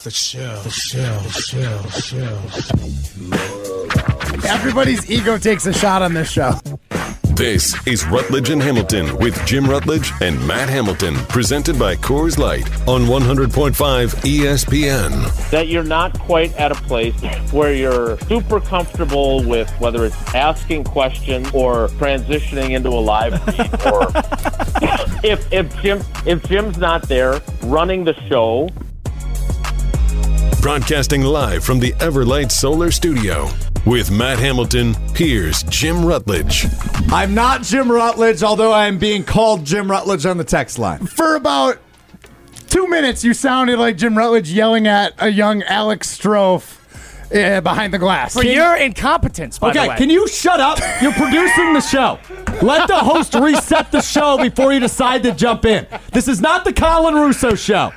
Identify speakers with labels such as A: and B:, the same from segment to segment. A: The show. The show. The show. The show.
B: Everybody's ego takes a shot on this show.
C: This is Rutledge and Hamilton with Jim Rutledge and Matt Hamilton, presented by Coors Light on 100.5 E ESPN.
D: that you're not quite at a place where you're super comfortable with whether it's asking questions or transitioning into a live feed or if, if Jim if Jim's not there running the show
C: Broadcasting live from the Everlight Solar Studio. With Matt Hamilton, here's Jim Rutledge.
E: I'm not Jim Rutledge, although I am being called Jim Rutledge on the text line.
B: For about two minutes, you sounded like Jim Rutledge yelling at a young Alex Strofe uh, behind the glass.
F: For your incompetence, by the
G: Okay,
F: way.
G: can you shut up? You're producing the show. Let the host reset the show before you decide to jump in. This is not the Colin Russo show.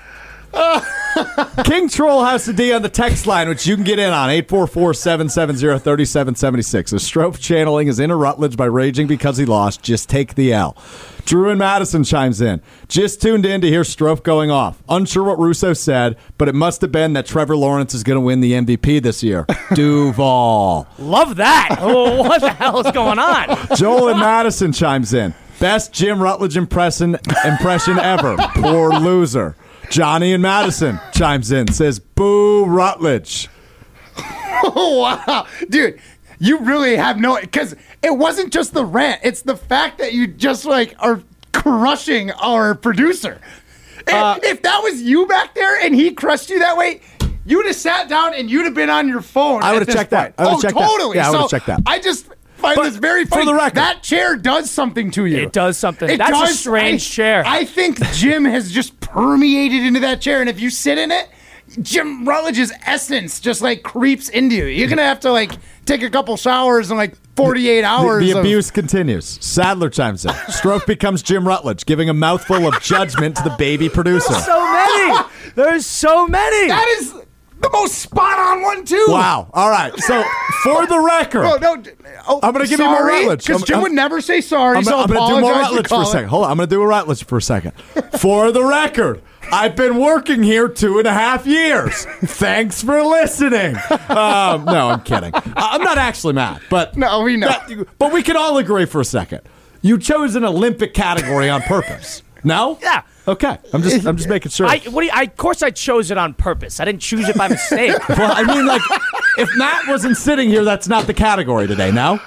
E: King Troll has to D on the text line, which you can get in on 844-770-3776. If Strope channeling is in a Rutledge by raging because he lost, just take the L. Drew and Madison chimes in. Just tuned in to hear Strope going off. Unsure what Russo said, but it must have been that Trevor Lawrence is going to win the MVP this year. Duval.
F: Love that. Oh, what the hell is going on?
E: Joel and Madison chimes in. Best Jim Rutledge impression impression ever. Poor loser. Johnny and Madison chimes in. Says boo Rutledge.
B: Oh, wow. Dude, you really have no. Because it wasn't just the rant, it's the fact that you just like are crushing our producer. If-
E: Uh,
B: if that was you back there and he crushed you that way, you'd have sat down and you'd have been on your phone.
E: I
B: at
E: would've
B: this
E: checked
B: point.
E: that. I would've
B: oh,
E: checked that.
B: totally.
E: Yeah, I
B: so
E: would've checked that.
B: I just find
E: But
B: this very
E: for
B: funny.
E: the record-
B: that chair does something to you.
F: It does something. That's a strange
B: I-
F: chair.
B: I think Jim has just permeated into that chair, and if you sit in it, Jim Rutledge's essence just like creeps into you. You're gonna have to like take a couple showers in like 48
E: The,
B: hours.
E: the
B: of-
E: abuse continues. Sadler chimes in. Strofe becomes Jim Rutledge, giving a mouthful of judgment to the baby producer.
F: So many. There's so many.
B: That is the most spot on one too.
E: Wow. All right. So for the record,
B: Oh, no, oh,
E: I'm gonna give you more Rutledge.
B: because
E: I'm-
B: Jim
E: I'm-
B: would never say sorry.
E: I'm,
B: so
E: I'm gonna do more
B: apologize to
E: Rutledge for a
B: Colin.
E: second. Hold on, I'm gonna do a Rutledge for a second. for the record, I've been working here two and a half years. Thanks for listening. Um, no, I'm kidding. I- I'm not actually mad, but
B: No, we know.
E: That- but we can all agree for a second. You chose an Olympic category on purpose. No.
F: Yeah.
E: Okay. I'm just I'm just making sure.
F: I, what do you, I, of course, I chose it on purpose. I didn't choose it by mistake.
E: well, I mean, like, if Matt wasn't sitting here, that's not the category today. No.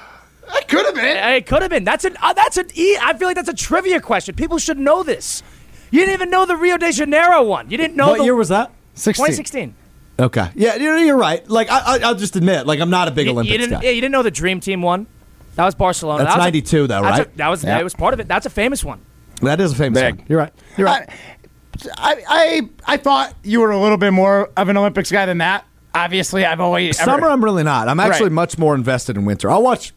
B: That could have been.
F: it could have been. That's an. Uh, that's an. E- I feel like that's a trivia question. People should know this. You didn't even know the Rio de Janeiro one. You didn't know
E: What
F: the
E: year was that?
F: 2016.
E: Okay. Yeah, you're, you're right. Like, I, I, I'll just admit, like, I'm not a big
F: You,
E: Olympics
F: you didn't.
E: guy.
F: Yeah, you didn't know the Dream Team one. That was Barcelona.
E: That's
F: That was a-
E: 92 though,
F: that's a-
E: right?
F: that was
E: Yeah.
F: that was part of it. That's a famous one.
E: That is a famous one. You're right. You're right.
B: I, I I thought you were a little bit more of an Olympics guy than that. Obviously, I've always ever-
E: Summer, I'm really not. I'm actually
B: Right.
E: much more invested in winter. I'll watch,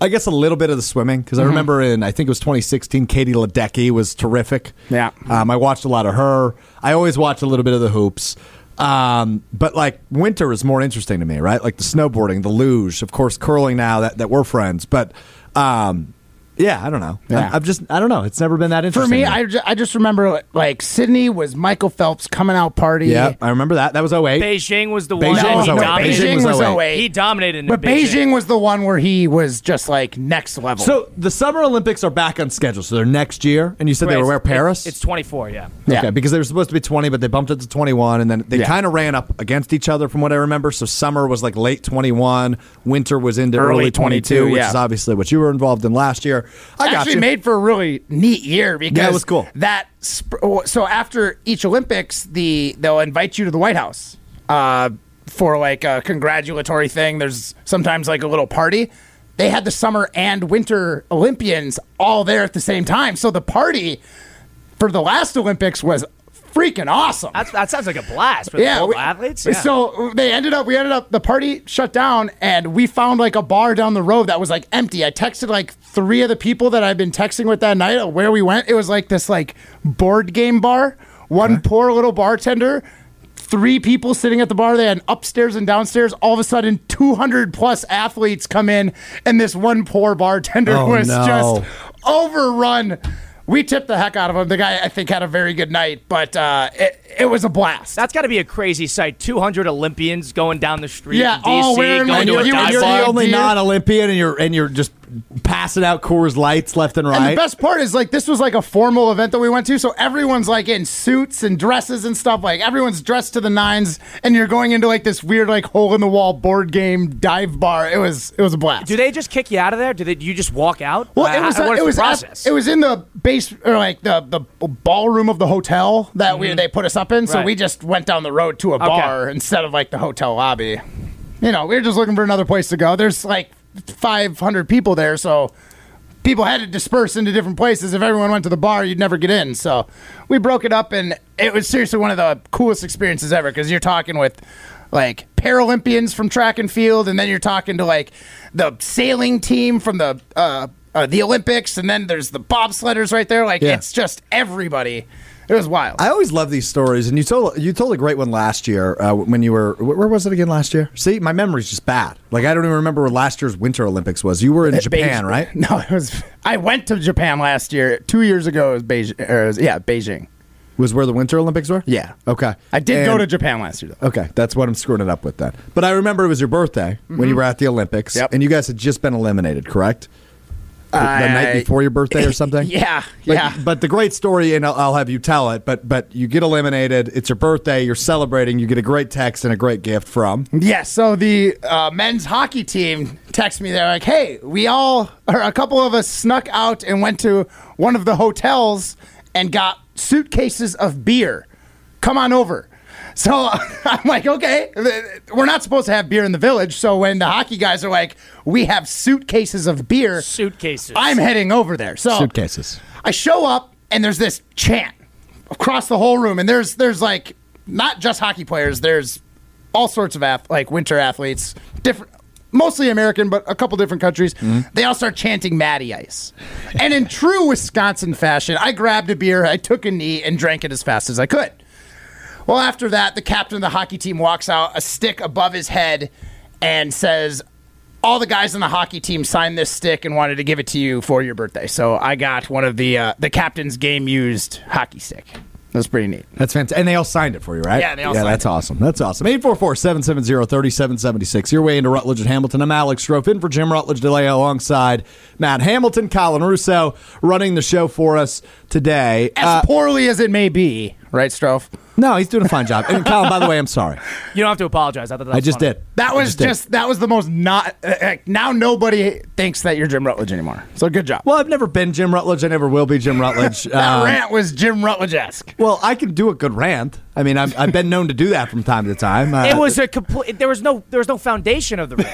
E: I guess, a little bit of the swimming because
B: Mm-hmm.
E: I remember in I think it was 2016, Katie Ledecky was terrific.
B: Yeah.
E: um, I watched a lot of her. I always watch a little bit of the hoops. Um, but like winter is more interesting to me, right? Like the snowboarding, the luge, of course, curling. Now that, that we're friends, but um, yeah, I don't know.
B: Yeah.
E: I, I've just I don't know. It's never been that
B: For
E: interesting
B: me,
E: to
B: I, ju- I just remember like Sydney was Michael Phelps coming out party.
E: yeah, I remember that. That was 08.
F: Beijing was the one.
E: Beijing
F: that
B: No,
E: was
F: he
E: oh eight.
F: dominated.
E: Beijing was oh
B: eight.
F: He dominated in
B: but
F: the Beijing.
B: Beijing was the one where he was just like next level.
E: So the Summer Olympics are back on schedule. So they're next year, and you said they
F: Right,
E: were where
F: it's-
E: Paris.
F: It's 24. Yeah.
B: Yeah.
E: Okay, because they were supposed to be 20, but they bumped it to 21, and then they
B: Yeah.
E: kind of ran up against each other, from what I remember. So summer was like late 21, winter was into
B: Early
E: early, 22,
B: 22,
E: which
B: yeah.
E: is obviously what you were involved in last year. I got
B: actually
E: you.
B: made for a really neat year because
E: it was cool.
B: That sp- oh, so after each Olympics, the they'll invite you to the White House uh, for like a congratulatory thing. There's sometimes like a little party. They had the summer and winter Olympians all there at the same time, so the party for the last Olympics was freaking awesome.
F: That's, that sounds like a blast for the
B: we-
F: local athletes. Yeah.
B: So they ended up, we ended up, the party shut down and we found like a bar down the road that was like empty. I texted like three of the people that I'd been texting with that night of where we went. It was like this like board game bar,
F: Uh-huh.
B: one poor little bartender. Three people sitting at the bar. They had an upstairs and downstairs. All of a sudden, 200 plus athletes come in, and this one poor bartender
E: Oh,
B: was
E: no.
B: just overrun We tipped the heck out of him. The guy, I think, had a very good night, but uh, it, it was a blast.
F: That's got to be a crazy sight. 200 Olympians going down the street
B: Yeah, oh,
F: in DC,
B: all wearing
F: going
B: like
F: to
B: you-
F: a
B: you-
F: dive
B: you're the
F: bar.
B: only Dear-
E: non-Olympian, and you're and you're just passing out Coors Lights left and
B: And
E: right.
B: the best part is like this was like a formal event that we went to, so everyone's like in suits and dresses and stuff. Like everyone's dressed to the nines, and you're going into like this weird like hole in the wall board game dive bar. It was it was a blast.
F: Do they just kick you out of there? Do they? You just walk out?
B: well,
F: Uh,
B: it was
F: how- what is
B: it
F: the
B: was at-
F: process.
B: it was in the base or like the the ballroom of the hotel that we they put us up in. So
F: Mm-hmm. Right.
B: we just went down the road to a bar instead of like the hotel lobby. You know, we were just looking for another place to go. There's like 500 people there, so people had to disperse into different places. If everyone went to the bar, you'd never get in. So we broke it up, and it was seriously one of the coolest experiences ever because you're talking with like Paralympians from track and field, and then you're talking to like the sailing team from the uh, uh, the Olympics, and then there's the bobsledders right there. Like
E: Yeah.
B: it's just everybody. It was wild.
E: I always love these stories, and you told you told a great one last year uh, when you were wh- where was it again last year? See, my memory's just bad. Like I don't even remember where last year's Winter Olympics was. You were in Japan,
B: Beijing-
E: right?
B: No, it was. I went to Japan last year. Two years ago, it was Beijing. Or it was, yeah, Beijing.
E: Was where the Winter Olympics were?
B: Yeah.
E: Okay.
B: I did go
E: And-
B: to Japan last year though.
E: Okay, that's what I'm screwing it up with then. But I remember it was your birthday when you were at the Olympics,
B: Mm-hmm. Yep.
E: and you guys had just been eliminated, correct? The, the night
B: Uh,
E: before your birthday or something.
B: Yeah,
E: Like,
B: yeah.
E: But the great story, and I'll, I'll have you tell it. But but you get eliminated. It's your birthday. You're celebrating. You get a great text and a great gift from.
B: Yeah, so the uh, men's hockey team texted me. They're like, "Hey, we all, or a couple of us, snuck out and went to one of the hotels and got suitcases of beer. Come on over." So I'm like, "Okay, we're not supposed to have beer in the village." So when the hockey guys are like, "We have suitcases of beer,"
F: suitcases.
B: I'm heading over there. So
E: Suitcases.
B: I show up and there's this chant across the whole room, and there's there's like not just hockey players. There's all sorts of ath- like winter athletes, different. Mostly American, but a couple different countries. They all start chanting Matty Ice. And in true Wisconsin fashion, I grabbed a beer, I took a knee, and drank it as fast as I could. Well, after that, the captain of the hockey team walks out, a stick above his head, and says, All the guys on the hockey team signed this stick and wanted to give it to you for your birthday. So I got one of the uh, the captain's game used hockey stick. That's pretty neat.
E: That's fantastic. And they all signed it for you, right?
B: Yeah, they all
E: Yeah,
B: signed
E: that's awesome. That's awesome. 844-770-3776. Your way into Rutledge and Hamilton. I'm Alex Strofe in for Jim Rutledge delay alongside Matt Hamilton, Colin Russo running the show for us today. Uh,
B: As poorly as it may be, right, Strofe?
E: No, he's doing a fine job. And Colin, by the way, I'm sorry.
F: you don't have to apologize. I, thought that
E: I
F: was
E: just
F: funny.
E: did.
B: That
E: I
B: was
E: did.
B: just that was the most not uh, uh, now nobody thinks that you're Jim Rutledge anymore. So good job.
E: Well, I've never been Jim Rutledge. I never will be Jim Rutledge.
B: that
E: Um,
B: rant was Jim Rutledge esque.
E: Well, I can do a good rant. I mean, I'm, I've been known to do that from time to time. Uh,
F: It was a complete. There was no. There was no foundation of the ring.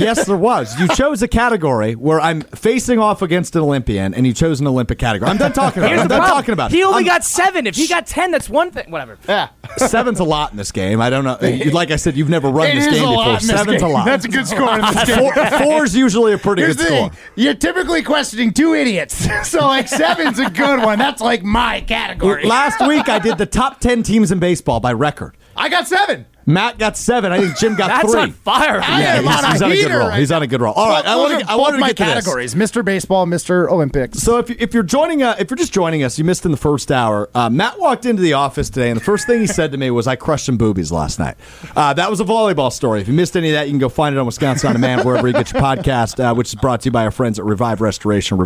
E: yes, there was. You chose a category where I'm facing off against an Olympian, and you chose an Olympic category. I'm done talking about. it.
F: Here's
E: I'm
F: the
E: done
F: problem.
E: talking about. it.
F: He only
E: I'm-
F: got seven. If he got ten, that's one thing. Whatever.
B: Yeah.
E: seven's a lot in this game. I don't know. Like I said, you've never run
B: It
E: this
B: is
E: game
B: a
E: before.
B: lot in this
E: seven's
B: game.
E: a lot.
B: That's a good score in this game.
E: Four, four's usually a pretty
B: Here's
E: good
B: the
E: score.
B: thing. You're typically questioning two idiots. So like seven's a good one. That's like my category.
E: Last week, I did the top ten teams in baseball by record.
B: I got seven.
E: Matt got seven. I think Jim got
F: That's
E: three.
F: on fire.
B: I
E: Yeah,
B: am
E: he's,
B: on a
E: he's on a good
B: heater
E: roll.
B: right
E: he's
B: now.
E: on a good roll. All right, I
B: Those
E: want
B: are
E: to. I
B: both
E: want to
B: my
E: get to this.
B: categories: Mr. Baseball, Mr. Olympics.
E: So if, you- if you're joining, uh, if you're just joining us, you missed in the first hour. Uh, Matt walked into the office today, and the first thing he said to me was, "I crushed some boobies last night." Uh, that was a volleyball story. If you missed any of that, you can go find it on Wisconsin on Demand wherever you get your podcast, uh, which is brought to you by our friends at Revive Restoration,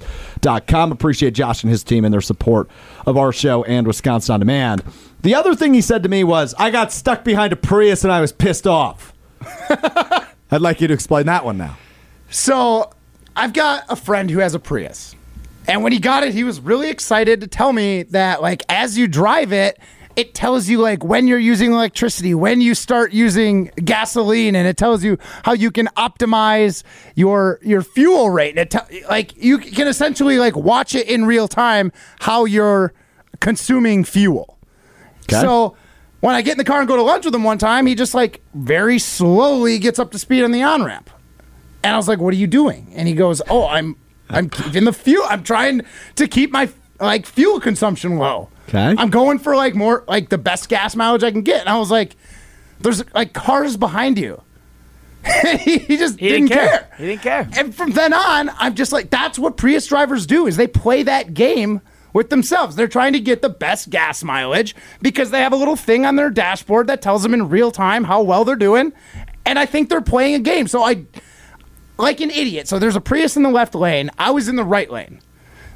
E: RevivePros.com. Appreciate Josh and his team and their support of our show and Wisconsin on Demand. The other thing he said to me was, "I got stuck behind a Prius and I was pissed off." I'd like you to explain that one now.
B: So I've got a friend who has a Prius. And when he got it, he was really excited to tell me that, like, as you drive it, it tells you, like, when you're using electricity, when you start using gasoline, and it tells you how you can optimize your your fuel rate. And it te- like, you can essentially, like, watch it in real time how you're consuming fuel. So when I get in the car and go to lunch with him one time, he just like very slowly gets up to speed on the on ramp. And I was like, "What are you doing?" And he goes, "Oh, I'm I'm keeping the fuel. I'm trying to keep my like fuel consumption low.
E: Okay.
B: I'm going for like more like the best gas mileage I can get." And I was like, "There's like cars behind you." he just
F: He
B: didn't, care.
F: He didn't care.
B: And from then on, I'm just like, that's what Prius drivers do is they play that game with themselves. They're trying to get the best gas mileage because they have a little thing on their dashboard that tells them in real time how well they're doing. And I think they're playing a game. So I like an idiot. So there's a Prius in the left lane. I was in the right lane.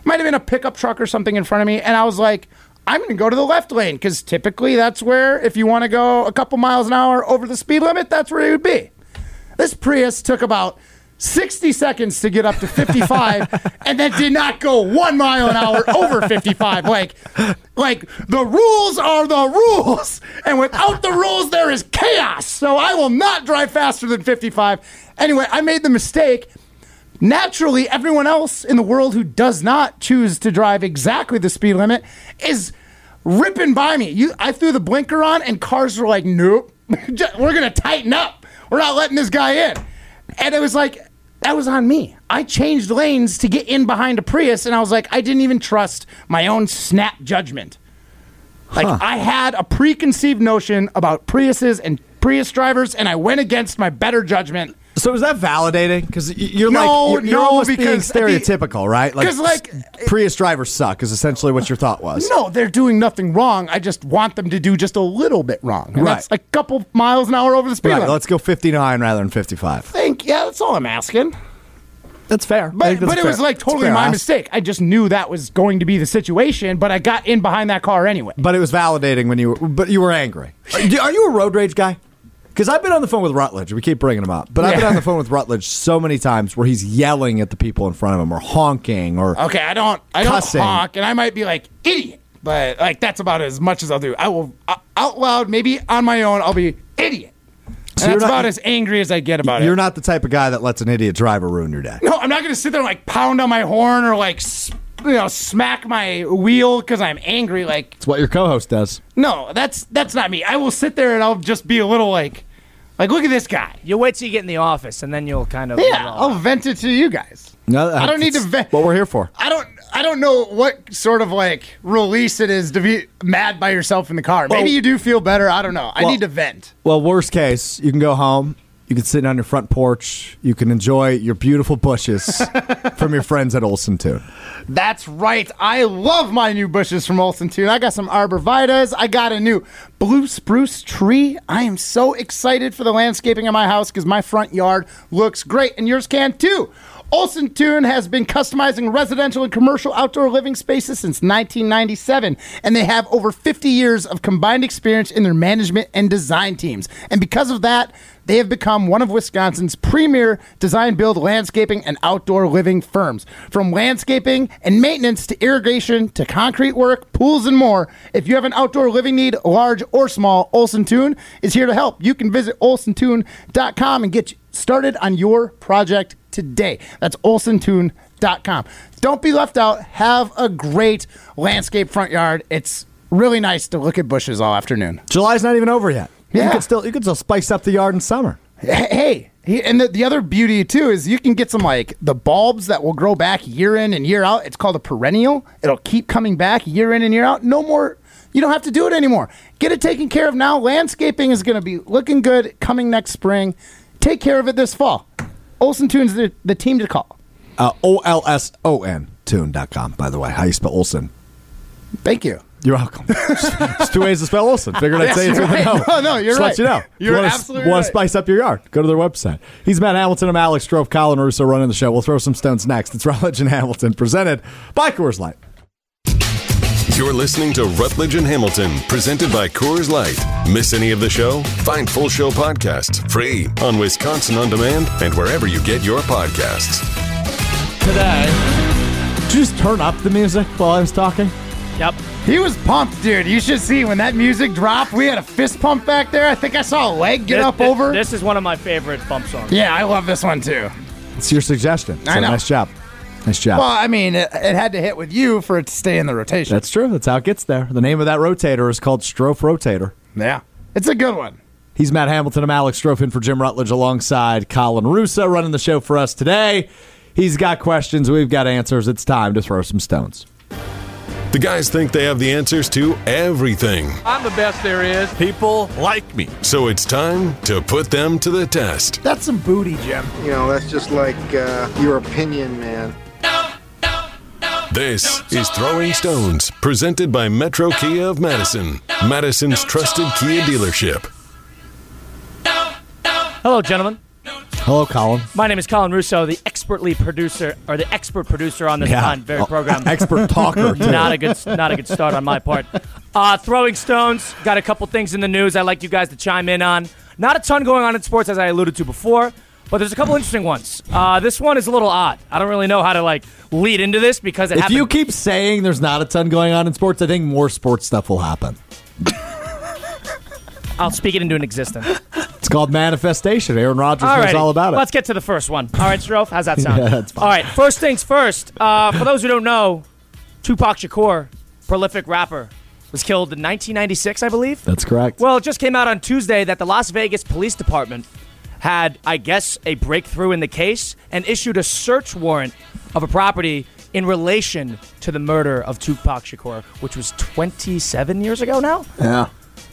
B: Might have been a pickup truck or something in front of me. And I was like, I'm going to go to the left lane because typically that's where, if you want to go a couple miles an hour over the speed limit, that's where it would be. This Prius took about 60 seconds to get up to 55 and that did not go one mile an hour over 55. Like, like the rules are the rules, and without the rules, there is chaos. So I will not drive faster than 55. Anyway, I made the mistake naturally everyone else in the world who does not choose to drive exactly the speed limit is ripping by me. You, I threw the blinker on, and cars were like, "Nope, Ju- we're gonna tighten up. We're not letting this guy in." And it was like that was on me. I changed lanes to get in behind a Prius, and I was like, I didn't even trust my own snap judgment. Like I had a preconceived notion about Priuses and Prius drivers, and I went against my better judgment.
E: So is that validating? Because you're
B: No,
E: like you're, you're
B: no,
E: almost being
B: because the-
E: stereotypical, right?
B: 'cause, like,
E: Prius drivers suck is essentially what your thought was.
B: No, they're doing nothing wrong. I just want them to do just a little bit wrong. And
E: Right.
B: That's a couple miles an hour over the speed
E: Right,
B: limit.
E: let's go 59 rather than 55.
B: think. Yeah, that's all I'm asking.
E: That's fair.
B: But but it was like totally my mistake. I just knew that was going to be the situation, but I got in behind that car anyway.
E: But it was validating when you were, but you were angry. Are you- Are you a road rage guy? Because I've been on the phone with Rutledge. We keep bringing him up, but I've been
B: Yeah.
E: on the phone with Rutledge so many times where he's yelling at the people in front of him, or honking, or
B: Okay, I don't I don't
E: Cussing.
B: honk, and I might be like idiot, but like that's about as much as I'll do. I will uh, out loud, maybe on my own. I'll be idiot.
E: So
B: and
E: you're
B: that's
E: not-
B: about as angry as I get about
E: you're
B: it.
E: not the type of guy that lets an idiot driver ruin your day.
B: No, I'm not going to sit there and like pound on my horn or like s- you know smack my wheel because I'm angry. Like
G: It's what your co-host does.
B: No, that's that's not me. I will sit there and I'll just be a little like, like look at this guy.
F: You wait till you get in the office, and then you'll kind of.
B: Yeah, I'll vent it to you guys.
E: No,
B: I don't need to
E: that's
B: vent.
E: What we're here for.
B: I don't. I don't know what sort of like release it is to be mad by yourself in the car. Maybe you do feel better. I don't know. I need to vent.
E: Well, worst case, you can go home. You can sit on your front porch. You can enjoy your beautiful bushes from your friends at Olson Tune.
B: That's right. I love my new bushes from Olson Tune. I got some arborvitas. I got a new blue spruce tree. I am so excited for the landscaping in my house because my front yard looks great and yours can too. Olson Tune has been customizing residential and commercial outdoor living spaces since 1997, and they have over 50 years of combined experience in their management and design teams. And because of that, they have become one of Wisconsin's premier design, build, landscaping, and outdoor living firms. From landscaping and maintenance to irrigation to concrete work, pools, and more, if you have an outdoor living need, large or small, Olson Tune is here to help. You can visit olsontune.com and get started on your project today. That's olsontune.com. Don't be left out. Have a great landscape front yard. It's really nice to look at bushes all afternoon.
E: July's not even over yet. You
B: Yeah.
E: could still you could still spice up the yard in summer.
B: Hey, hey. He- and the, the other beauty too is you can get some like the bulbs that will grow back year in and year out. It's called a perennial. It'll keep coming back year in and year out. No more. You don't have to do it anymore. Get it taken care of now. Landscaping is going to be looking good coming next spring. Take care of it this fall. Olson Tunes the, the team to call.
E: Uh, o L S O N tune.com, by the way. How you spell Olson?
B: Thank you.
E: You're welcome. it's two ways to spell Olson. Figured I'd say
B: Yes,
E: it's
B: you're
E: with an
B: right. No,
E: O.
B: no, you're
E: Just
B: right.
E: Let you know.
B: You're
E: want
B: absolutely
E: Want
B: right.
E: to spice up your yard? Go to their website. He's Matt Hamilton. I'm Alex Strofe. Colin Russo running the show. We'll throw some stones next. It's Rutledge and Hamilton presented by Coors Light.
C: You're listening to Rutledge and Hamilton, presented by Coors Light. Miss any of the show? Find full show podcasts free on Wisconsin On Demand and wherever you get your podcasts.
F: today.
E: Did you just turn up the music while I was talking?
F: Yep.
B: He was pumped, dude. You should see when that music dropped. We had a fist pump back there. I think I saw a leg get
F: Thi-
B: up
F: thi-
B: over.
F: This is one of my favorite bump songs.
B: yeah, I love this one too.
E: It's your suggestion. So
B: I know.
E: Nice job. Nice job.
B: Well, I mean, it, it had to hit with you for it to stay in the rotation.
E: That's true. That's how it gets there. The name of that rotator is called Strofe Rotator.
B: Yeah. It's a good one.
E: He's Matt Hamilton. I'm Alex Strofe in for Jim Rutledge alongside Colin Russo running the show for us today. He's got questions. We've got answers. It's time to throw some stones.
C: The guys think they have the answers to everything,
H: I'm the best there is. People like me.
C: so it's time to put them to the test.
B: That's some booty, Jim.
I: You know, that's just like uh, your opinion, man.
C: This is Throwing Stones, presented by Metro Kia of Madison, Madison's trusted Kia dealership.
F: Hello, gentlemen.
E: Hello, Colin.
F: My name is Colin Russo, the expertly producer or the expert producer on this very
E: Oh,
F: program.
E: Expert talker. too.
F: not a good not a good start on my part. Uh, throwing stones. Got a couple things in the news I'd like you guys to chime in on. Not a ton going on in sports as I alluded to before, but there's a couple interesting ones. Uh, this one is a little odd. I don't really know how to like lead into this because it
E: If
F: happened.
E: you keep saying there's not a ton going on in sports, I think more sports stuff will happen.
F: I'll speak it into an existence.
E: It's called manifestation. Aaron Rodgers
F: All
E: knows
F: right,
E: all about it.
F: Let's get to the first one. All right, Strofe, how's that sound?
E: Yeah, that's fine.
F: All right, first things first. Uh, for those who don't know, Tupac Shakur, prolific rapper, was killed in 1996, I believe.
E: That's correct.
F: Well, it just came out on Tuesday that the Las Vegas Police Department had, I guess, a breakthrough in the case and issued a search warrant of a property in relation to the murder of Tupac Shakur, which was 27 years ago now.
E: yeah.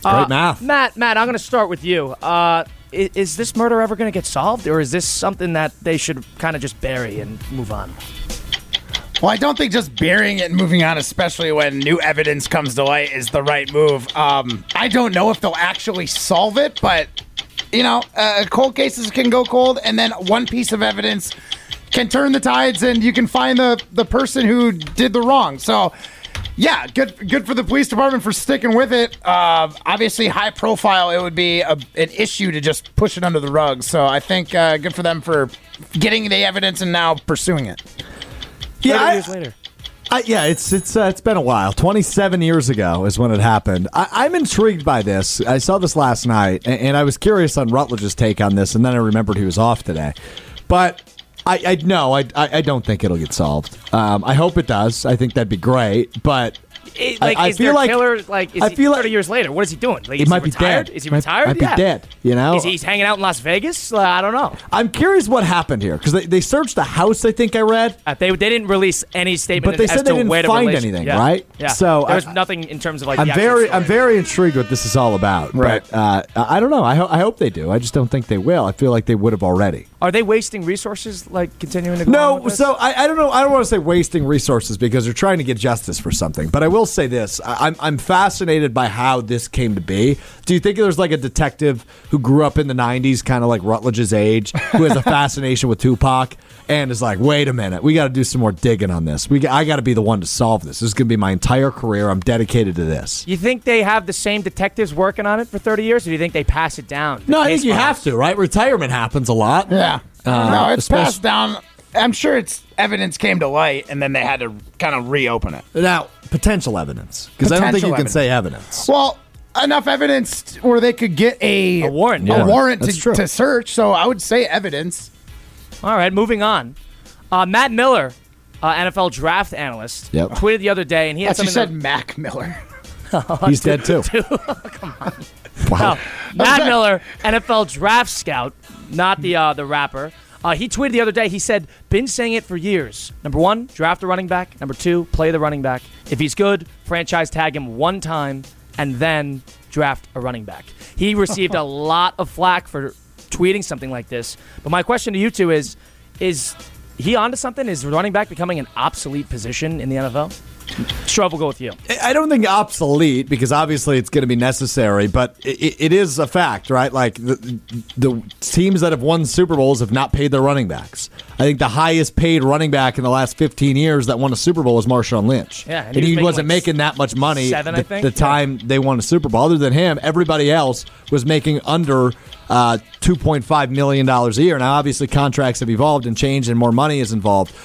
F: Uh,
E: Great math.
F: Matt, Matt, I'm going to start with you. Uh, is, is this murder ever going to get solved, or is this something that they should kind of just bury and move on?
B: Well, I don't think just burying it and moving on, especially when new evidence comes to light, is the right move. Um, I don't know if they'll actually solve it, but you know, uh, cold cases can go cold, and then one piece of evidence can turn the tides, and you can find the the person who did the wrong. So. Yeah, good good for the police department for sticking with it. Uh, obviously, high profile, it would be a, an issue to just push it under the rug. So I think uh, good for them for getting the evidence and now pursuing it.
E: Yeah,
F: 30
E: I-
F: years later.
E: I, yeah, it's it's uh, it's been a while. Twenty seven years ago is when it happened. I, I'm intrigued by this. I saw this last night, and, and I was curious on Rutledge's take on this, and then I remembered he was off today. But I, I no, I, I I don't think it'll get solved. Um, I hope it does. I, think that'd be great. But
F: It-
E: I-
F: like,
E: I
F: is
E: feel
F: there a
E: like-
F: killer? Like, is
E: I
F: he
E: feel like-
F: 30 years later? What is he doing? Like,
E: He
F: is
E: might be
F: he retired?
E: dead.
F: Is he
E: Might-
F: retired?
E: might be
F: yeah.
E: dead, you know?
F: Is he, he's hanging out in Las Vegas? Like, I don't know.
E: I'm curious what happened here because they, they searched the house. I think I read.
F: Uh, They, they didn't release any statement.
E: But they
F: as
E: said
F: to
E: they didn't
F: where the
E: find
F: relation-
E: anything,
F: yeah.
E: right?
F: Yeah.
E: So,
F: there was
E: I-
F: nothing in terms of like. the
E: I'm
F: actual
E: very, I'm
F: story.
E: very intrigued what this is all about.
B: Right.
E: But, uh, I I don't know. I, ho- I hope they do. I just don't think they will. I feel like they would have already.
F: Are they wasting resources? Like continuing to go on
E: No,
F: with this?
E: so I, I don't know. I don't want to say wasting resources because they're trying to get justice for something. But I will say this: I, I'm I'm fascinated by how this came to be. Do you think there's like a detective who grew up in the '90s, kind of like Rutledge's age, who has a fascination with Tupac, and is like, "Wait a minute, we got to do some more digging on this. We g- I got to be the one to solve this. This is going to be my entire career. I'm dedicated to this."
F: You think they have the same detectives working on it for 30 years, or do you think they pass it down?
E: No, I
F: Case
E: think you
F: files.
E: have to, right? Retirement happens a lot.
B: Yeah. no, it's
E: especially-
B: passed down. I'm sure it's evidence came to light and then they had to kind of reopen it.
E: Now, potential evidence, because I don't think
B: Potential
E: you can
B: evidence.
E: say evidence.
B: Well, enough evidence where they could get a,
F: A warrant,
B: a
F: yeah.
B: warrant
E: That's true.
B: to, to search. So I would say evidence.
F: All right, moving on. Uh, Matt Miller, uh, NFL draft analyst,
E: Yep.
F: tweeted the other day, and he
B: I
F: had
B: thought you
F: something.
B: said
F: that-
B: Mac Miller.
E: He's dead too. Wow.
F: Matt Miller, NFL draft scout, not the uh, the rapper. Uh, he tweeted the other day. He said, "Been saying it for years. Number one, draft a running back. Number two, play the running back. If he's good, franchise tag him one time, and then draft a running back." He received a lot of flack for tweeting something like this. But my question to you two is: Is he onto something? Is running back becoming an obsolete position in the NFL? Strove will go with you.
E: I don't think obsolete because obviously it's going to be necessary, but it, it is a fact, right? Like the, the teams that have won Super Bowls have not paid their running backs. I think the highest paid running back in the last 15 years that won a Super Bowl was Marshawn Lynch.
F: Yeah,
E: and, he, was not
F: like
E: making that much money
F: seven,
E: the,
F: I think.
E: the
F: Yeah.
E: time they won a Super Bowl. Other than him, everybody else was making under uh, $2.5 million a year. Now, obviously, contracts have evolved and changed, and more money is involved.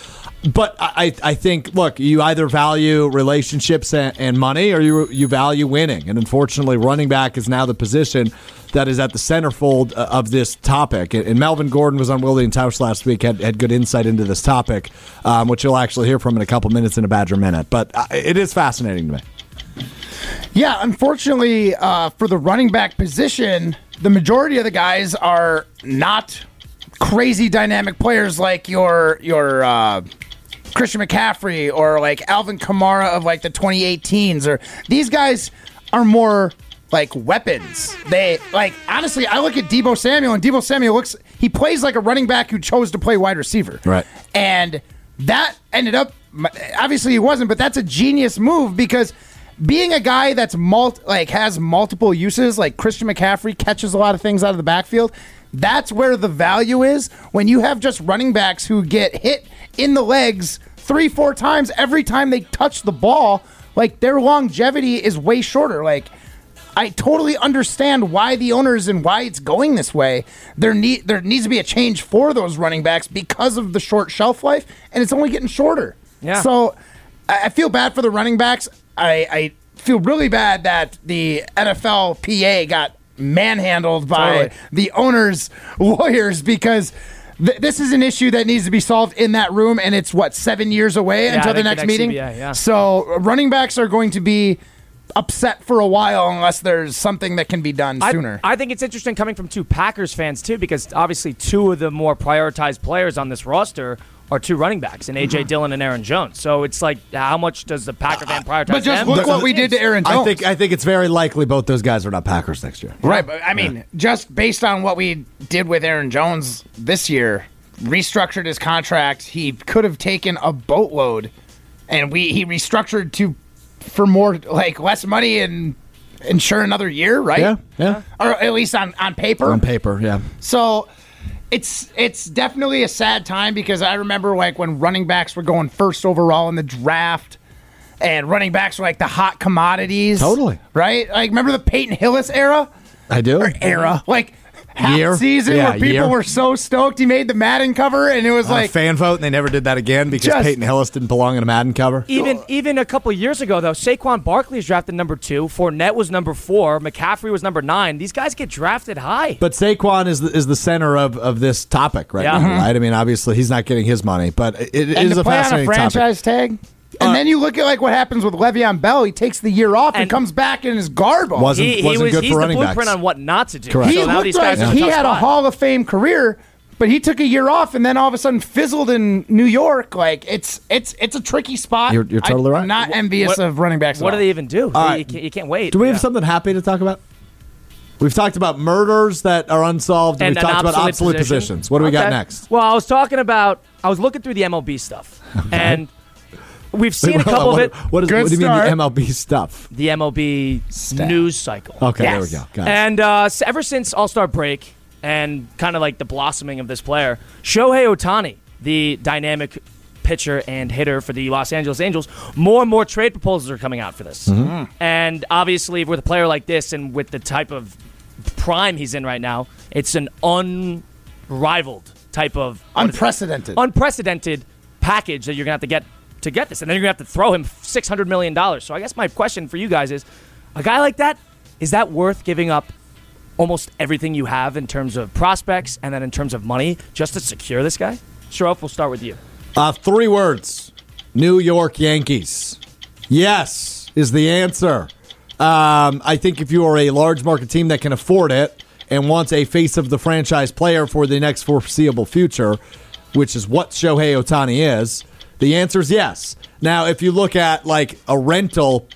E: But I, I I think, look, you either value relationships and, and money or you, you value winning. And unfortunately, running back is now the position that is at the centerfold uh, of this topic. And and Melvin Gordon was on Willie and Tausch last week, had, had good insight into this topic, um, which you'll actually hear from in a couple minutes in a Badger Minute. But uh, it is fascinating to me.
B: Yeah, unfortunately, uh, for the running back position, the majority of the guys are not crazy dynamic players like your your uh, Christian McCaffrey or like Alvin Kamara of like the 2018s or these guys are more like weapons. They like honestly, I look at Debo Samuel and Debo Samuel looks he plays like a running back who chose to play wide receiver.
E: Right.
B: And that ended up obviously he wasn't, but that's a genius move because being a guy that's multi, like has multiple uses, like Christian McCaffrey catches a lot of things out of the backfield, that's where the value is when you have just running backs who get hit in the legs three, four times every time they touch the ball, like their longevity is way shorter. Like I totally understand why the owners and why it's going this way. There need there needs to be a change for those running backs because of the short shelf life, and it's only getting shorter.
F: Yeah.
B: So I I feel bad for the running backs. I, I feel really bad that the NFLPA got manhandled by
F: Totally.
B: the owners' lawyers because. Th- this is an issue that needs to be solved in that room, and it's what seven years away
F: I
B: until the
F: think the
B: next
F: next
B: meeting.
F: CBA, yeah.
B: So uh, running backs are going to be upset for a while unless there's something that can be done
F: I-
B: sooner.
F: I, think it's interesting coming from two Packers fans too, because obviously two of the more prioritized players on this roster are two running backs, and
B: Mm-hmm.
F: AJ Dillon and Aaron Jones. So it's like, how much does the Packer fan prioritize?
B: Uh, but just
F: them?
B: look what we did to Aaron Jones.
E: I think I think it's very likely both those guys are not Packers next year.
B: right, but I mean, just based on what we did with Aaron Jones this year, restructured his contract. He could have taken a boatload, and we he restructured to for more like less money and insure another year, right?
E: Yeah, yeah.
B: Or at least on on paper.
E: On paper, yeah.
B: So it's it's definitely a sad time because I remember like when running backs were going first overall in the draft and running backs were like the hot commodities.
E: Totally.
B: Right? Like remember the Peyton Hillis era?
E: I do.
B: Era. Like half
E: Year?
B: season
E: Yeah,
B: where people
E: year.
B: were so stoked he made the Madden cover and it was
E: On a
B: like
E: fan vote, and they never did that again because
B: Just-
E: Peyton Hillis didn't belong in a Madden cover.
F: Even
B: Uh,
F: even a couple years ago though, Saquon Barkley is drafted number two. Fournette was number four. McCaffrey was number nine. These guys get drafted high.
E: But Saquon is the, is the center of, of this topic right
F: Yeah.
E: now, right? I mean, obviously he's not getting his money, but it, it
B: Mm-hmm. and
E: is
B: to
E: a
B: play on a
E: fascinating topic. Uh,
B: franchise tag. And then you look at like what happens with Le'Veon Bell. He takes the year off and,
F: And-
B: comes back in his garb. on.
E: Wasn't
F: he, he
E: wasn't
F: was
E: good
F: he's
E: for
F: the
E: running
F: blueprint
E: backs.
F: on what not to do.
E: Correct.
B: He
F: So now
B: looked
F: these guys
B: like
F: are in
B: he
F: tough
B: had a
F: spot.
B: Hall of Fame career, but he took a year off and then all of a sudden fizzled in New York. Like it's it's it's a tricky spot.
E: You're- you're totally
B: I'm
E: right.
B: Not envious
F: what-
B: of running backs.
F: What do
B: at
F: they even do?
E: right.
F: you, can't, you can't wait.
E: Do we have
F: Yeah.
E: something happy to talk about? We've talked about murders that are unsolved, and,
F: And
E: we've
F: an
E: talked about
F: obsolete
E: obsolete
F: position.
E: positions. What do we got
F: Okay.
E: next?
F: Well, I was talking about. I was looking through the MLB stuff, and we've seen a
E: Wait,
F: couple of
E: what,
F: it.
E: What, is,
B: Good
E: what do you mean
B: start.
E: the MLB stuff?
F: The MLB news cycle.
E: Okay, there we go. Got it.
F: And uh, s- ever since All Star break and kind of like the blossoming of this player, Shohei Otani, the dynamic pitcher and hitter for the Los Angeles Angels, more and more trade proposals are coming out for this.
E: Mm-hmm.
F: And obviously, with a player like this and with the type of prime he's in right now, it's an unrivaled type of what is it?
B: Unprecedented.
F: unprecedented package that you're gonna have to get to get this, and then you're gonna have to throw him six hundred million dollars. So I guess my question for you guys is, a guy like that, is that worth giving up almost everything you have in terms of prospects and then in terms of money just to secure this guy? Sharif, we'll start with you.
E: Uh, three words New York Yankees. Yes, is the answer. Um, I think if you are a large market team that can afford it and wants a face of the franchise player for the next foreseeable future, which is what Shohei Otani is, the answer is yes. Now, if you look at like a rental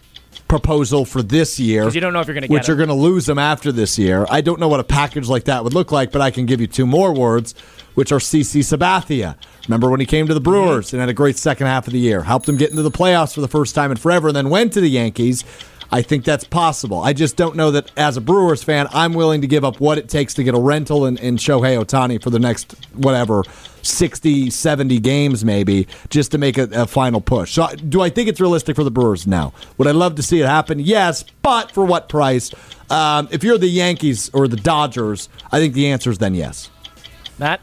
E: proposal for this year,
F: 'Cause you don't know if you're gonna get
E: which
F: him.
E: you're going to lose them after this year. I don't know what a package like that would look like, but I can give you two more words, which are CC Sabathia. Remember when he came to the
F: Mm-hmm.
E: Brewers and had a great second half of the year, helped them get into the playoffs for the first time in forever, and then went to the Yankees. I think that's possible. I just don't know that as a Brewers fan, I'm willing to give up what it takes to get a rental in, in Shohei Otani for the next, whatever, 60, 70 games maybe, just to make a, a final push. So, do I think it's realistic for the Brewers now? Would I love to see it happen? Yes, but for what price? Um, if you're the Yankees or the Dodgers, I think the answer is then yes.
F: Matt,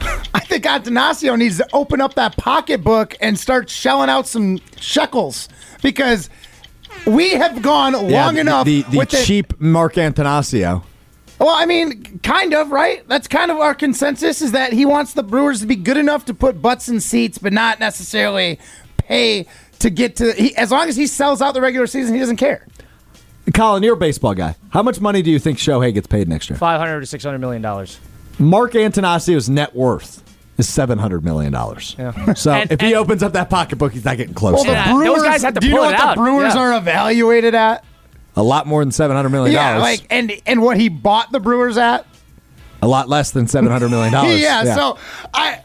B: I think Atanasio needs to open up that pocketbook and start shelling out some shekels because we have gone long
E: the,
B: enough
E: The, the
B: with the-
E: cheap Mark Antanasio.
B: Well, I mean, kind of, right? That's kind of our consensus is that he wants the Brewers to be good enough to put butts in seats, but not necessarily pay to get to. He, as long as he sells out the regular season, he doesn't care.
E: Colin, you're a baseball guy. How much money do you think Shohei gets paid next year?
F: five hundred to six hundred million dollars.
E: Mark Antanasio's net worth is seven hundred million dollars.
F: Yeah.
E: So
F: And-
E: if he
F: and-
E: opens up that pocketbook, he's not getting close.
B: Well,
E: to
B: the
E: that.
F: Yeah, those
B: Brewers.
F: guys have to
B: do you
F: pull
B: know
F: it
B: what
F: out.
B: the Brewers
F: Yeah.
B: are evaluated at?
E: a lot more than seven hundred million
B: Yeah,
E: dollars.
B: like and and what he bought the Brewers at.
E: a lot less than seven hundred million dollars.
B: yeah, so I,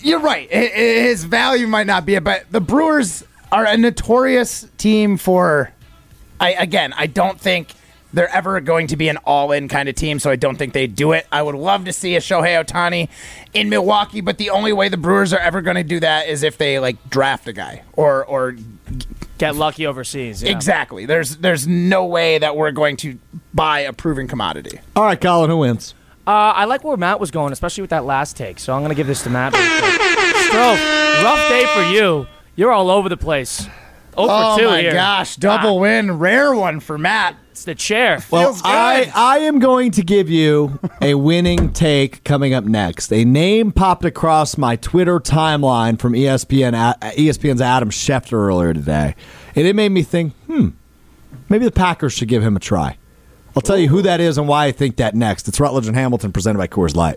B: you're right. Hi- hi- His value might not be it, but the Brewers are a notorious team for. I again, I don't think they're ever going to be an all-in kind of team, so I don't think they do it. I would love to see a Shohei Otani in Milwaukee, but the only way the Brewers are ever going to do that is if they like draft a guy or or
F: Get lucky overseas. Yeah.
B: exactly. There's there's no way that we're going to buy a proven commodity.
E: all right, Colin, who wins?
F: Uh, I like where Matt was going, especially with that last take. So I'm gonna give this to Matt. Bro, rough day for you. You're all over the place. Over
B: Oh
F: two
B: my
F: here. Ah.
B: gosh, double win, rare one for Matt.
F: It's the chair.
E: Well,
B: Feels good.
E: I I am going to give you a winning take coming up next. A name popped across my Twitter timeline from E ESPN A- ESPN's Adam Schefter earlier today, and it made me think, hmm, maybe the Packers should give him a try. I'll tell you who that is and why I think that next. It's Rutledge and Hamilton presented by Coors Light.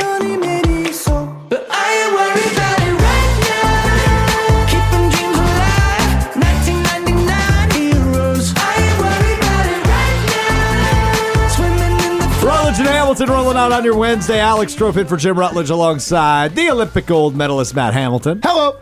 J: honey, maybe so. But I ain't worried about it right now. Keeping dreams alive. 1999 heroes. I ain't worried about it right now. Swimming in the
E: Rutledge and Hamilton rolling out on your Wednesday. Alex Strofin for Jim Rutledge alongside the Olympic gold medalist Matt Hamilton.
B: Hello.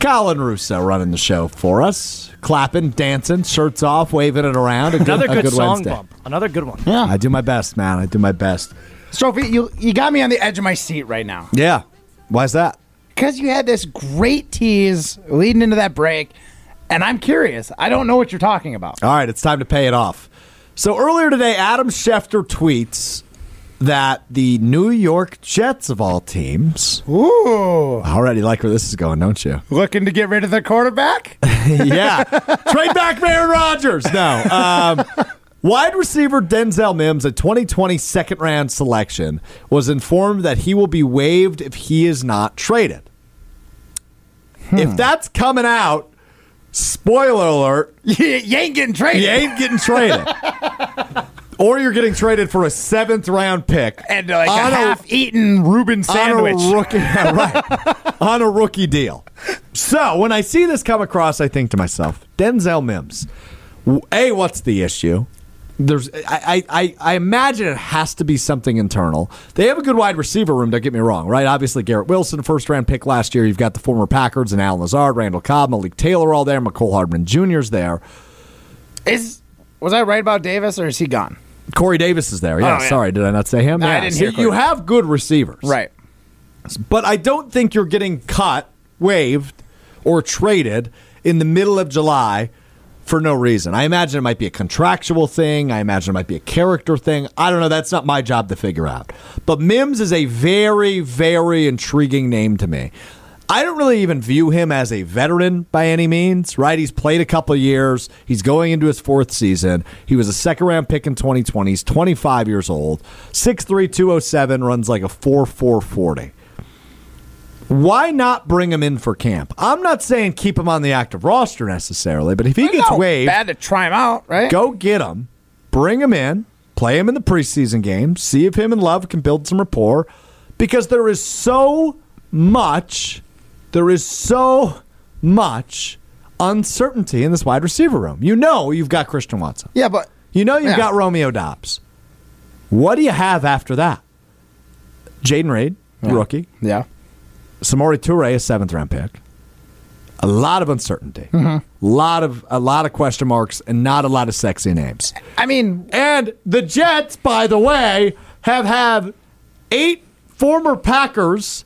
E: Colin Russo running the show for us, clapping, dancing, shirts off, waving it around. A good,
F: Another
E: a
F: good, song
E: Wednesday.
F: bump. Another good one.
E: Yeah, I do my best, man. I do my best.
B: Sophie, you you got me on the edge of my seat right now
E: Yeah, why's that?
B: because you had this great tease leading into that break, and I'm curious. I don't know what you're talking about.
E: All right, it's time to pay it off. So earlier today, Adam Schefter tweets that the New York Jets of all teams
B: Ooh,
E: I already like where this is going, don't you?
B: looking to get rid of the quarterback?
E: yeah. Trade back Aaron Rodgers. No. Um, wide receiver Denzel Mims, a 2020 second round selection, was informed that he will be waived if he is not traded.
B: Hmm.
E: If that's coming out, spoiler alert,
B: you you ain't getting traded.
E: you ain't getting traded. or you're getting traded for a seventh round pick
B: And like
E: On
B: a
E: a-
B: half-eaten Reuben sandwich.
E: on a rookie, yeah, right? on a rookie deal. So when I see this come across, I think to myself, Denzel Mims. w- A, what's the issue? There's, I, I, I- I imagine it has to be something internal. They have a good wide receiver room. Don't get me wrong, right? Obviously, Garrett Wilson, first round pick last year. You've got the former Packards and Alan Lazard, Randall Cobb, Malik Taylor, all there. McCole Hardman Jr.'s there.
B: is was I right about Davis or is he gone?
E: Corey Davis is there. Yeah,
B: Oh, yeah.
E: sorry, did I not say him?
B: I
E: Yeah,
B: didn't
E: so
B: hear Corey.
E: You have good receivers,
B: Right.
E: but I don't think you're getting cut, waived, or traded in the middle of July for no reason. I imagine it might be a contractual thing. I imagine it might be a character thing. I don't know. That's not my job to figure out. But Mims is a very, very intriguing name to me. I don't really even view him as a veteran by any means, right? He's played a couple years. He's going into his fourth season. He was a second round pick in 2020. He's 25 years old. 6'3, 207, runs like a 4'4 40 why not bring him in for camp? I'm not saying keep him on the active roster necessarily, but if he gets
B: No,
E: waived,
B: Bad to try him out, right?
E: go get him, bring him in, play him in the preseason game, see if him and Love can build some rapport because there is so much, there is so much uncertainty in this wide receiver room. You know, you've got Christian Watson.
B: Yeah, but
E: You know you've
B: Yeah.
E: got Romeo Dobbs. What do you have after that? Jaden Reed, rookie.
B: yeah.
E: Samori Toure, a seventh round pick. A lot of uncertainty, a lot of a lot of question marks, and not a lot of sexy names.
B: I mean,
E: And the Jets, by the way, have have eight former Packers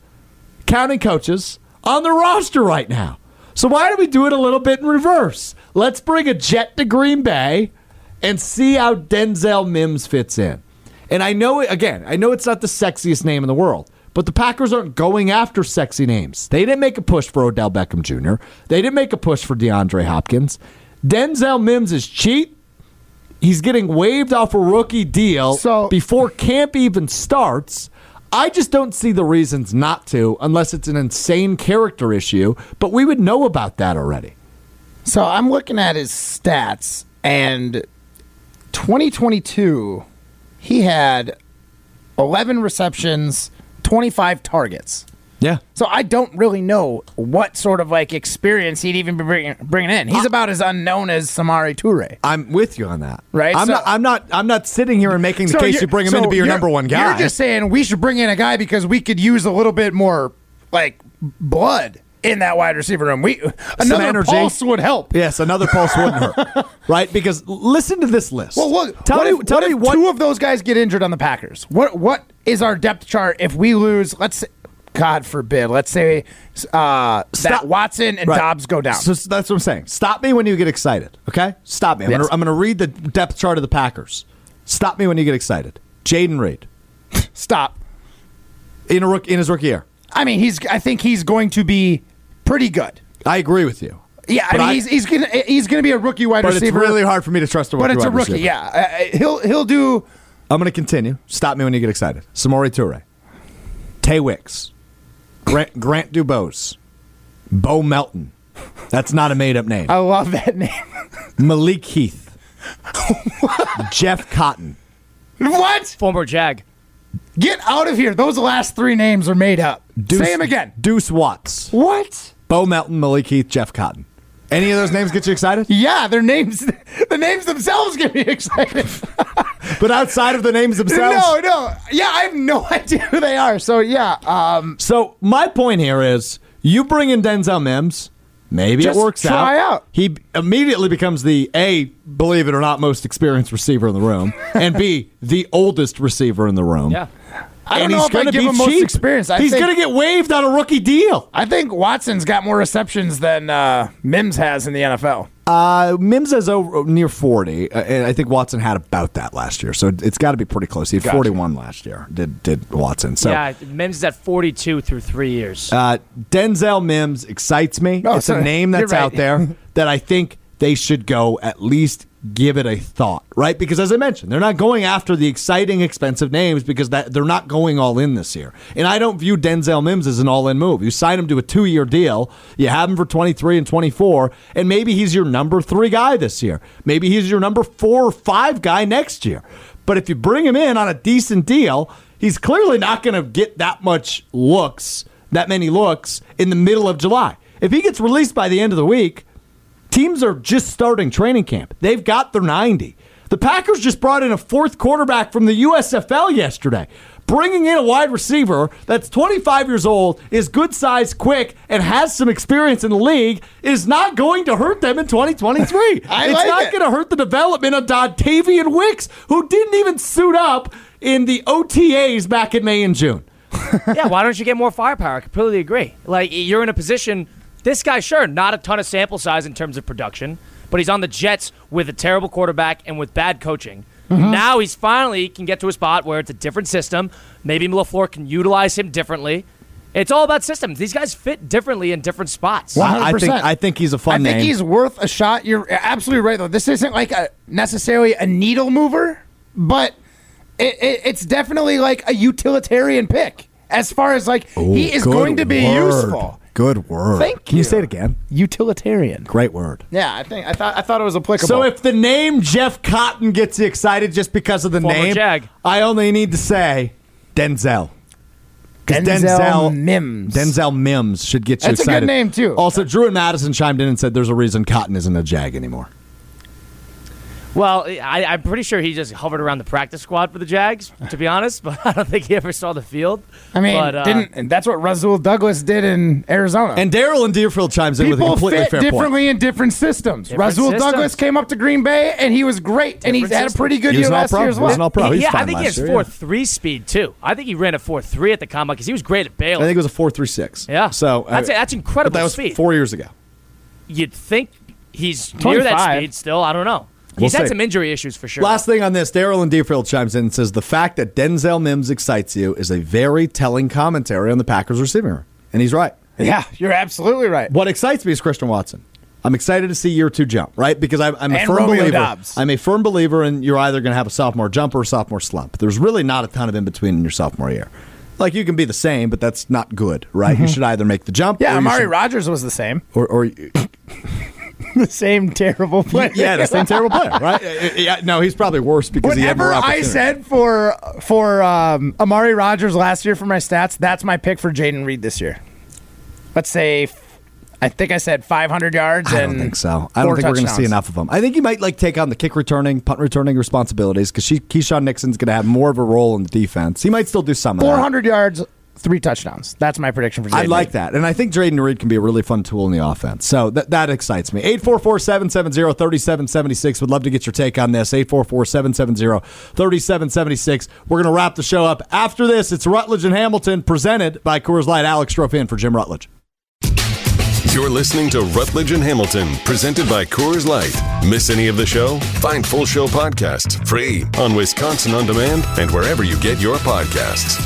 E: counting coaches on the roster right now. So why don't we do it a little bit in reverse? Let's bring a Jet to Green Bay and see how Denzel Mims fits in. And I know again, I know it's not the sexiest name in the world, but the Packers aren't going after sexy names. They didn't make a push for Odell Beckham Jr. They didn't make a push for DeAndre Hopkins. Denzel Mims is cheap. He's getting waived off a rookie deal
B: So-
E: before camp even starts. I just don't see the reasons not to, unless it's an insane character issue. But we would know about that already.
B: So I'm looking at his stats, and 2022, he had 11 receptions, 25 targets.
E: Yeah.
B: So I don't really know what sort of like experience he'd even be bringing, bringing in.
E: Uh,
B: He's about as unknown as Samari Toure.
E: I'm with you on that.
B: Right?
E: I'm
B: So-
E: not. I'm not. I'm not sitting here and making the
B: So
E: case
B: you're-
E: you bring him in
B: so
E: to be your
B: you're-
E: number one guy.
B: You're just saying we should bring in a guy because we could use a little bit more like blood in that wide receiver room. We another
E: energy.
B: pulse would help.
E: yes, another pulse wouldn't hurt, right? Because listen to this list.
B: Well, look,
E: Tell
B: what
E: me.
B: if,
E: tell
B: what
E: me
B: if
E: what.
B: two of those guys get injured on the Packers? What what is our depth chart if we lose? Let's say, God forbid. Let's say uh,
E: Stop.
B: that Watson and
E: Right.
B: Dobbs go down.
E: So so that's what I'm saying. Stop me when you get excited. Okay, stop me. I'm
B: Yes.
E: gonna- I'm going to read the depth chart of the Packers. Stop me when you get excited. Jaden Reed
B: Stop.
E: in a rook in his rookie year.
B: I mean, he's. I think he's going to be pretty good.
E: I agree with you.
B: Yeah, I
E: But
B: mean,
E: I-
B: he's he's gonna he's gonna be a rookie wide
E: But it's
B: receiver.
E: really hard for me to trust a rookie.
B: but it's a
E: wide
B: rookie.
E: receiver.
B: Yeah, uh, he'll he'll do.
E: I'm going to continue. Stop me when you get excited. Samori Toure, Tay Wicks, Grant, Grant Dubose, Bo Melton. That's not a made up name.
B: I love that name.
E: Malik Heath, Jeff Cotton.
B: what?
F: Former Jag.
B: Get out of here. Those last three names are made up.
E: Deuce,
B: Say them again.
E: Deuce Watts,
B: What?
E: Bo Melton, Malik Heath, Jeff Cotton. Any of those names get you excited?
B: Yeah, their names. The names themselves get me excited.
E: But outside of the names themselves.
B: No, no. Yeah, I have no idea who they are. So yeah, um,
E: So my point here is, you bring in Denzel Mims, maybe
B: Just
E: it works
B: try out.
E: He b- immediately becomes the a, believe it or not, most experienced receiver in the room, and b, the oldest receiver in the room.
F: Yeah.
B: I don't
E: And
B: know
E: he's
B: if I
E: going to
B: give
E: be
B: him
E: cheap.
B: most experience. I
E: he's
B: think,
E: going to get waived on a rookie deal.
B: I think Watson's got more receptions than uh, Mims has in the NFL.
E: Uh, Mims is over near forty, uh, and I think Watson had about that last year. So it's got to be pretty close. He had forty-one last year. Did did Watson? So
F: Yeah, Mims is at 42 through three years.
E: Uh, Denzel Mims excites me.
B: No,
E: it's a
B: Oh, sorry.
E: name that's
B: You're right.
E: out there that I think they should go at least give it a thought, right? Because as I mentioned, they're not going after the exciting, expensive names because that they're not going all in this year. And I don't view Denzel Mims as an all-in move. You sign him to a two-year deal, you have him for 23 and 24, and maybe he's your number three guy this year. Maybe he's your number four or five guy next year. But if you bring him in on a decent deal, he's clearly not going to get that much looks, that many looks in the middle of July. If he gets released by the end of the week, teams are just starting training camp. They've got their 90. The Packers just brought in a fourth quarterback from the USFL yesterday. Bringing in a wide receiver that's 25 years old, is good size, quick, and has some experience in the league is not going to hurt them in 2023.
B: I
E: it's
B: like
E: not
B: it.
E: going to hurt the development of Dontavian Wicks, who didn't even suit up in the OTAs back in May and June. Uh-huh.
F: yeah, why don't you get more firepower? I completely agree. Like you're in a position. This guy, sure, not a ton of sample size in terms of production, but he's on the Jets with a terrible quarterback and with bad coaching.
E: Mm-hmm.
F: Now he's finally can get to a spot where it's a different system. Maybe Lafleur can utilize him differently. It's all about systems. These guys fit differently in different spots.
E: Wow. I- I think-
B: 100%.
E: I think he's a fun
B: I think
E: name.
B: he's worth a shot. You're absolutely right, though. This isn't like a necessarily a needle mover, but it, it, it's definitely like a utilitarian pick as far as like he is going to be useful.
E: Good word.
B: Thank
E: Oh, Can you
B: you.
E: say it again?
B: Utilitarian.
E: Great word.
B: Yeah, I think I thought I thought it was applicable.
E: So if the name Jeff Cotton gets you excited just because of the
F: Former
E: name,
F: Jag.
E: I only need to say Denzel. 'Cause
B: Denzel Mims.
E: Denzel Mims should get you
B: That's a good
E: excited.
B: name, too.
E: Also, Drew and Madison chimed in and said there's a reason Cotton isn't a Jag anymore.
F: Well, I, I'm pretty sure he just hovered around the practice squad for the Jags, to be honest. But I don't think he ever saw the field.
B: I mean,
F: but, uh,
B: didn't and that's what Razul Douglas did in Arizona.
E: And Daryl and Deerfield chimes in with a
B: people
E: completely
B: fit
E: fair
B: differently
E: point.
B: in different systems.
F: Different
B: Razul
F: systems.
B: Douglas came up to Green Bay and he was great, and he's
F: Different
B: had a pretty good
E: He
B: year
E: was an
B: last
E: all-pro.
B: year as
E: He was an
B: well.
E: all-pro. He was
F: yeah, I
E: fine
F: think he
E: last
F: has
E: year, yeah.
F: four three speed too. I think he ran a four three at the combine because he was great at Baylor.
E: I think it was a four three six.
F: Yeah.
E: So
F: That's-
E: I-
F: that's incredible
E: But that was
F: speed.
E: four years ago.
F: You'd think he's near that
B: 25.
F: speed still. I don't know. he's
E: see.
F: had some injury issues for sure.
E: Last thing on this, Daryl and Deerfield chimes in and says the fact that Denzel Mims excites you is a very telling commentary on the Packers receiving room, and he's right.
B: Yeah, you're absolutely right.
E: What excites me is Christian Watson. I'm excited to see year two jump, right? Because I'm, I'm a
B: And
E: firm
B: Romeo
E: believer.
B: Dobbs.
E: I'm a firm believer in you're either going to have a sophomore jump or a sophomore slump. There's really not a ton of in between in your sophomore year. Like you can be the same, but that's not good, right?
F: Mm-hmm.
E: You should either make the jump.
B: Yeah,
E: or you
B: Amari
E: should-
B: Rogers was the same.
E: Or, or
B: the same terrible player.
E: yeah, the same terrible player, right? Yeah, yeah, no, he's probably worse because he had more
B: Whatever I
E: opportunity.
B: said for for um, Amari Rogers last year for my stats, that's my pick for Jaden Reed this year. Let's say, f- I think I said 500 yards.
E: I
B: and
E: don't think so. I don't
B: four
E: think we're going to see
B: touchdowns.
E: enough of him. I think he might like take on the kick returning, punt returning responsibilities because Keyshawn Nixon's going to have more of a role in the defense. He might still do some of that.
B: 400 yards, three touchdowns. That's my prediction for. Jaden
E: I like that. And I think Drayden Reed can be a really fun tool in the offense. So that, that excites me. 844 770 3776. Would love to get your take on this. 844 770 3776. We're going to wrap the show up. After this, it's Rutledge and Hamilton presented by Coors Light. Alex Strofin for Jim Rutledge.
C: You're listening to Rutledge and Hamilton, presented by Coors Light. Miss any of the show? Find full show podcasts free on Wisconsin On Demand and wherever you get your podcasts.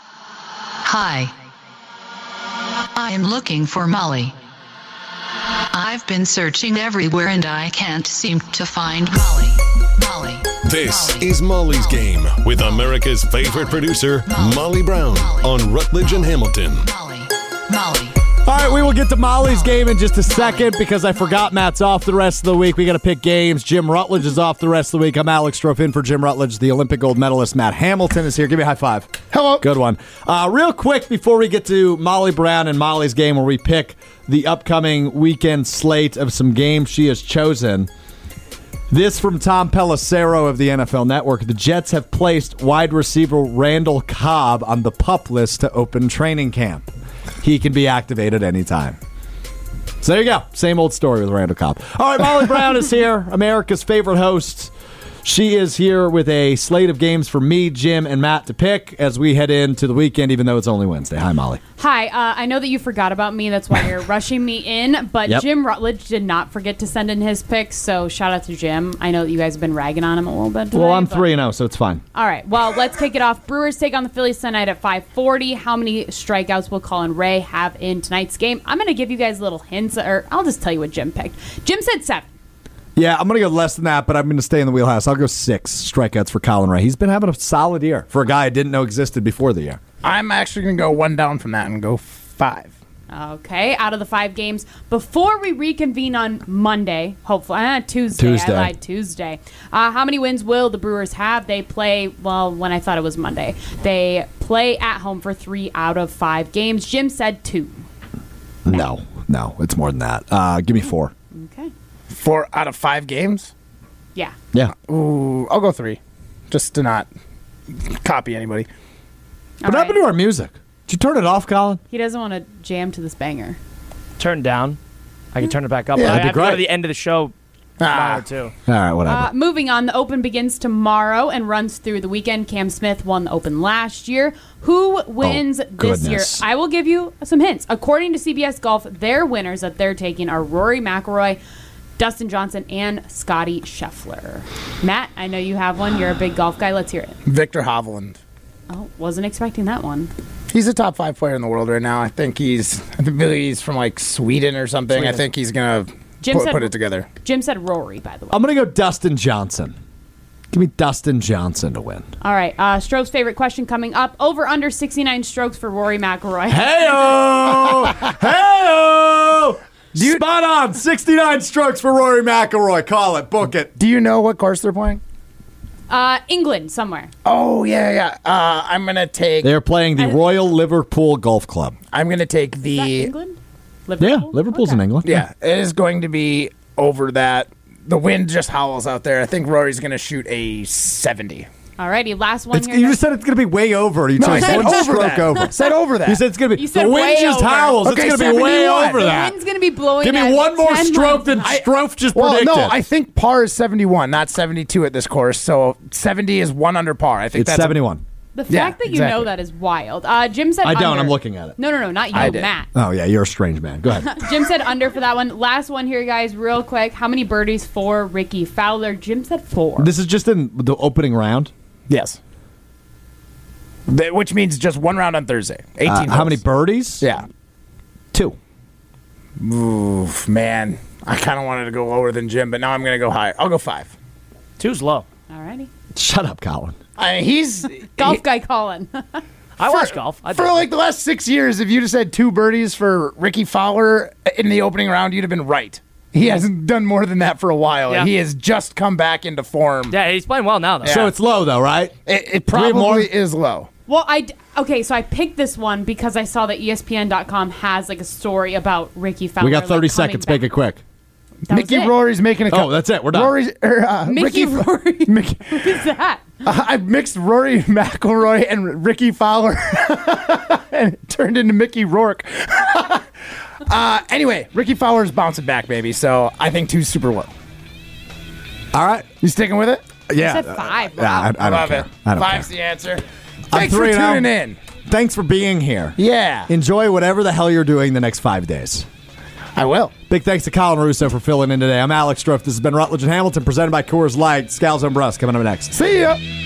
K: Hi. I am looking for Molly. I've been searching everywhere and I can't seem to find Molly. Molly.
C: This is Molly's Game with America's favorite producer, Molly Brown, on Rutledge and Hamilton.
K: Molly.
E: All right, we will get to Molly's game in just a second because I forgot Matt's off the rest of the week. We got to pick games. Jim Rutledge is off the rest of the week. I'm Alex Strofin for Jim Rutledge. The Olympic gold medalist Matt Hamilton is here. Give me a high five. Hello. Good one. Uh, real quick before we get to Molly Brown and Molly's game, where we pick the upcoming weekend slate of some games she has chosen. This from Tom Pelissero of the NFL Network. The Jets have placed wide receiver Randall Cobb on the pup list to open training camp. He can be activated anytime. So there you go. Same old story with Randall Cobb. All right, Molly Brown is here, America's favorite host. She is here with a slate of games for me, Jim, and Matt to pick as we head into the weekend, even though it's only Wednesday. Hi, Molly.
L: Hi, uh, I know that you forgot about me. That's why you're rushing me in. But
E: Yep.
L: Jim Rutledge did not forget to send in his picks. So shout out to Jim. I know that you guys have been ragging on him a little bit. Today,
E: Well, I'm
L: but-
E: 3 and 0, so it's fine.
L: All right. Well, let's kick it off. Brewers take on the Phillies tonight at 5:40. How many strikeouts will Colin Ray have in tonight's game? I'm going to give you guys little hints, or I'll just tell you what Jim picked. Jim said seven.
E: Yeah, I'm going to go less than that, but I'm going to stay in the wheelhouse. I'll go six strikeouts for Colin Ray. He's been having a solid year for a guy I didn't know existed before the year.
B: I'm actually going to go one down from that and go five.
L: Okay, out of the five games. Before we reconvene on Monday, hopefully, uh, Tuesday,
E: Tuesday.
L: I lied, Tuesday. Uh, how many wins will the Brewers have? They play, well, when I thought it was Monday, they play at home for three out of five games. Jim said two.
E: No, no, it's more than that. Uh, give me four.
L: Okay.
B: Four out of five games.
L: Yeah.
E: Yeah.
B: Ooh, I'll go three, just to not copy anybody.
E: What happened to our music? Did you turn it off, Colin?
L: He doesn't want to jam to this banger.
F: Turn down. I can turn it back up.
E: Yeah,
F: I
E: that'd be
F: have to go to
E: great.
F: the end of the show. Ah. Too.
E: All right, whatever.
L: Uh, moving on, the Open begins tomorrow and runs through the weekend. Cam Smith won the Open last year. Who
E: Oh,
L: wins this year?
J: goodness.
L: I will give you some hints. According to CBS Golf, their winners that they're taking are Rory McIlroy, Dustin Johnson, and Scotty Scheffler. Matt, I know you have one. You're a big golf guy. Let's hear it.
B: Victor Hovland.
L: Oh, wasn't expecting that one.
B: He's a top five player in the world right now. I think he's, I think he's from like Sweden or something.
L: Sweden.
B: I think he's gonna
L: Jim
B: put,
L: said-
B: put it together.
L: Jim said Rory, by the way.
E: I'm going to go Dustin Johnson. Give me Dustin Johnson to win.
L: All right. Uh, Stroke's favorite question coming up over under 69 strokes for Rory McIlroy.
E: Hey-o! Hey-o! Spot on. 69 strokes for Rory McIlroy. Call it. Book it.
B: Do you know what course they're playing?
L: Uh, England, somewhere.
B: Oh yeah, yeah. Uh, I'm gonna take.
E: They're playing the Royal Liverpool Golf Club.
B: I'm gonna take the
L: England.
E: Yeah, Liverpool's in England.
B: Yeah, it is going to be over that. The wind just howls out there. I think Rory's gonna shoot a 70.
L: All righty. Last one
E: It's,
L: here.
E: you just said it's going to be way over. You
B: No, I
E: chose
B: said
E: one
B: over
E: stroke
B: that.
E: over.
B: Said over that.
E: You said it's going to be.
L: You said
E: the wind
L: way
E: just
L: over.
E: howls.
B: Okay,
E: it's going to be way
B: 71.
E: over
B: The
E: that.
L: Wind's gonna be blowing.
E: Give me
L: at
E: one more
L: 10
E: stroke
L: miles
E: than
L: an hour.
E: Strofe just
B: Well,
E: predicted.
B: no, I think par is 71, not 72 at this course. So 70 is one under par. I think
E: It's
B: that's
E: 71.
L: The fact
B: Yeah,
L: that you
B: exactly.
L: know that is wild. Uh, Jim said.
E: I don't.
L: under.
E: I'm looking at it.
L: No, no, no, not you,
E: I did.
L: Matt.
E: Oh yeah, you're a strange man. Go ahead.
L: Jim said under for that one. Last one here, guys, real quick. How many birdies for Ricky Fowler? Jim said four.
E: this is just in the opening round.
B: Yes. Th- which means just one round on Thursday. 18.
E: Uh, how
B: holes.
E: many birdies?
B: Yeah.
E: Two.
B: Oof, man. I kind of wanted to go lower than Jim, but now I'm going to go higher. I'll go five.
F: Two's low.
L: Alrighty.
E: Shut up, Colin.
B: I mean, he's
L: Golf guy Colin.
F: I watch golf. I
B: for
F: do.
B: like the last six years, if you just had two birdies for Ricky Fowler in the opening round, you'd have been right. He hasn't done more than that for a while. and
F: Yeah.
B: He has just come back into form.
F: Yeah, he's playing well now though.
B: So
E: it's low though, right?
B: It, it
E: Three more?
B: probably is low.
L: Well, I d- okay, so I picked this one because I saw that E ESPN.com has like a story about Ricky Fowler.
E: we got 30
L: like, coming
E: seconds.
L: back.
E: Make it quick.
B: Mickey Rory's making a.
E: Oh, that's it. We're done.
B: Rory's, er, uh,
L: Mickey
B: Ricky Rory. Mickey,
L: Who's that?
B: uh, I mixed Rory McIlroy and Ricky Fowler, and it turned into Mickey Rourke. uh, anyway, Ricky Fowler's bouncing back, baby. So I think two's super low.
E: All right,
B: you sticking with it?
E: Yeah. said
B: five.
E: Uh, yeah, I- I don't
B: Love
E: care.
B: it.
E: I don't
B: Five's
E: care.
B: the answer.
E: I'm
B: Thanks
E: three
B: for
E: and out.
B: tuning in.
E: Thanks for being here.
B: Yeah.
E: Enjoy whatever the hell you're doing the next five days.
B: I will.
E: Big thanks to Colin Russo for filling in today. I'm Alex Strofe. This has been Rutledge and Hamilton, presented by Coors Light. Scales and Bruss coming up next.
B: See ya.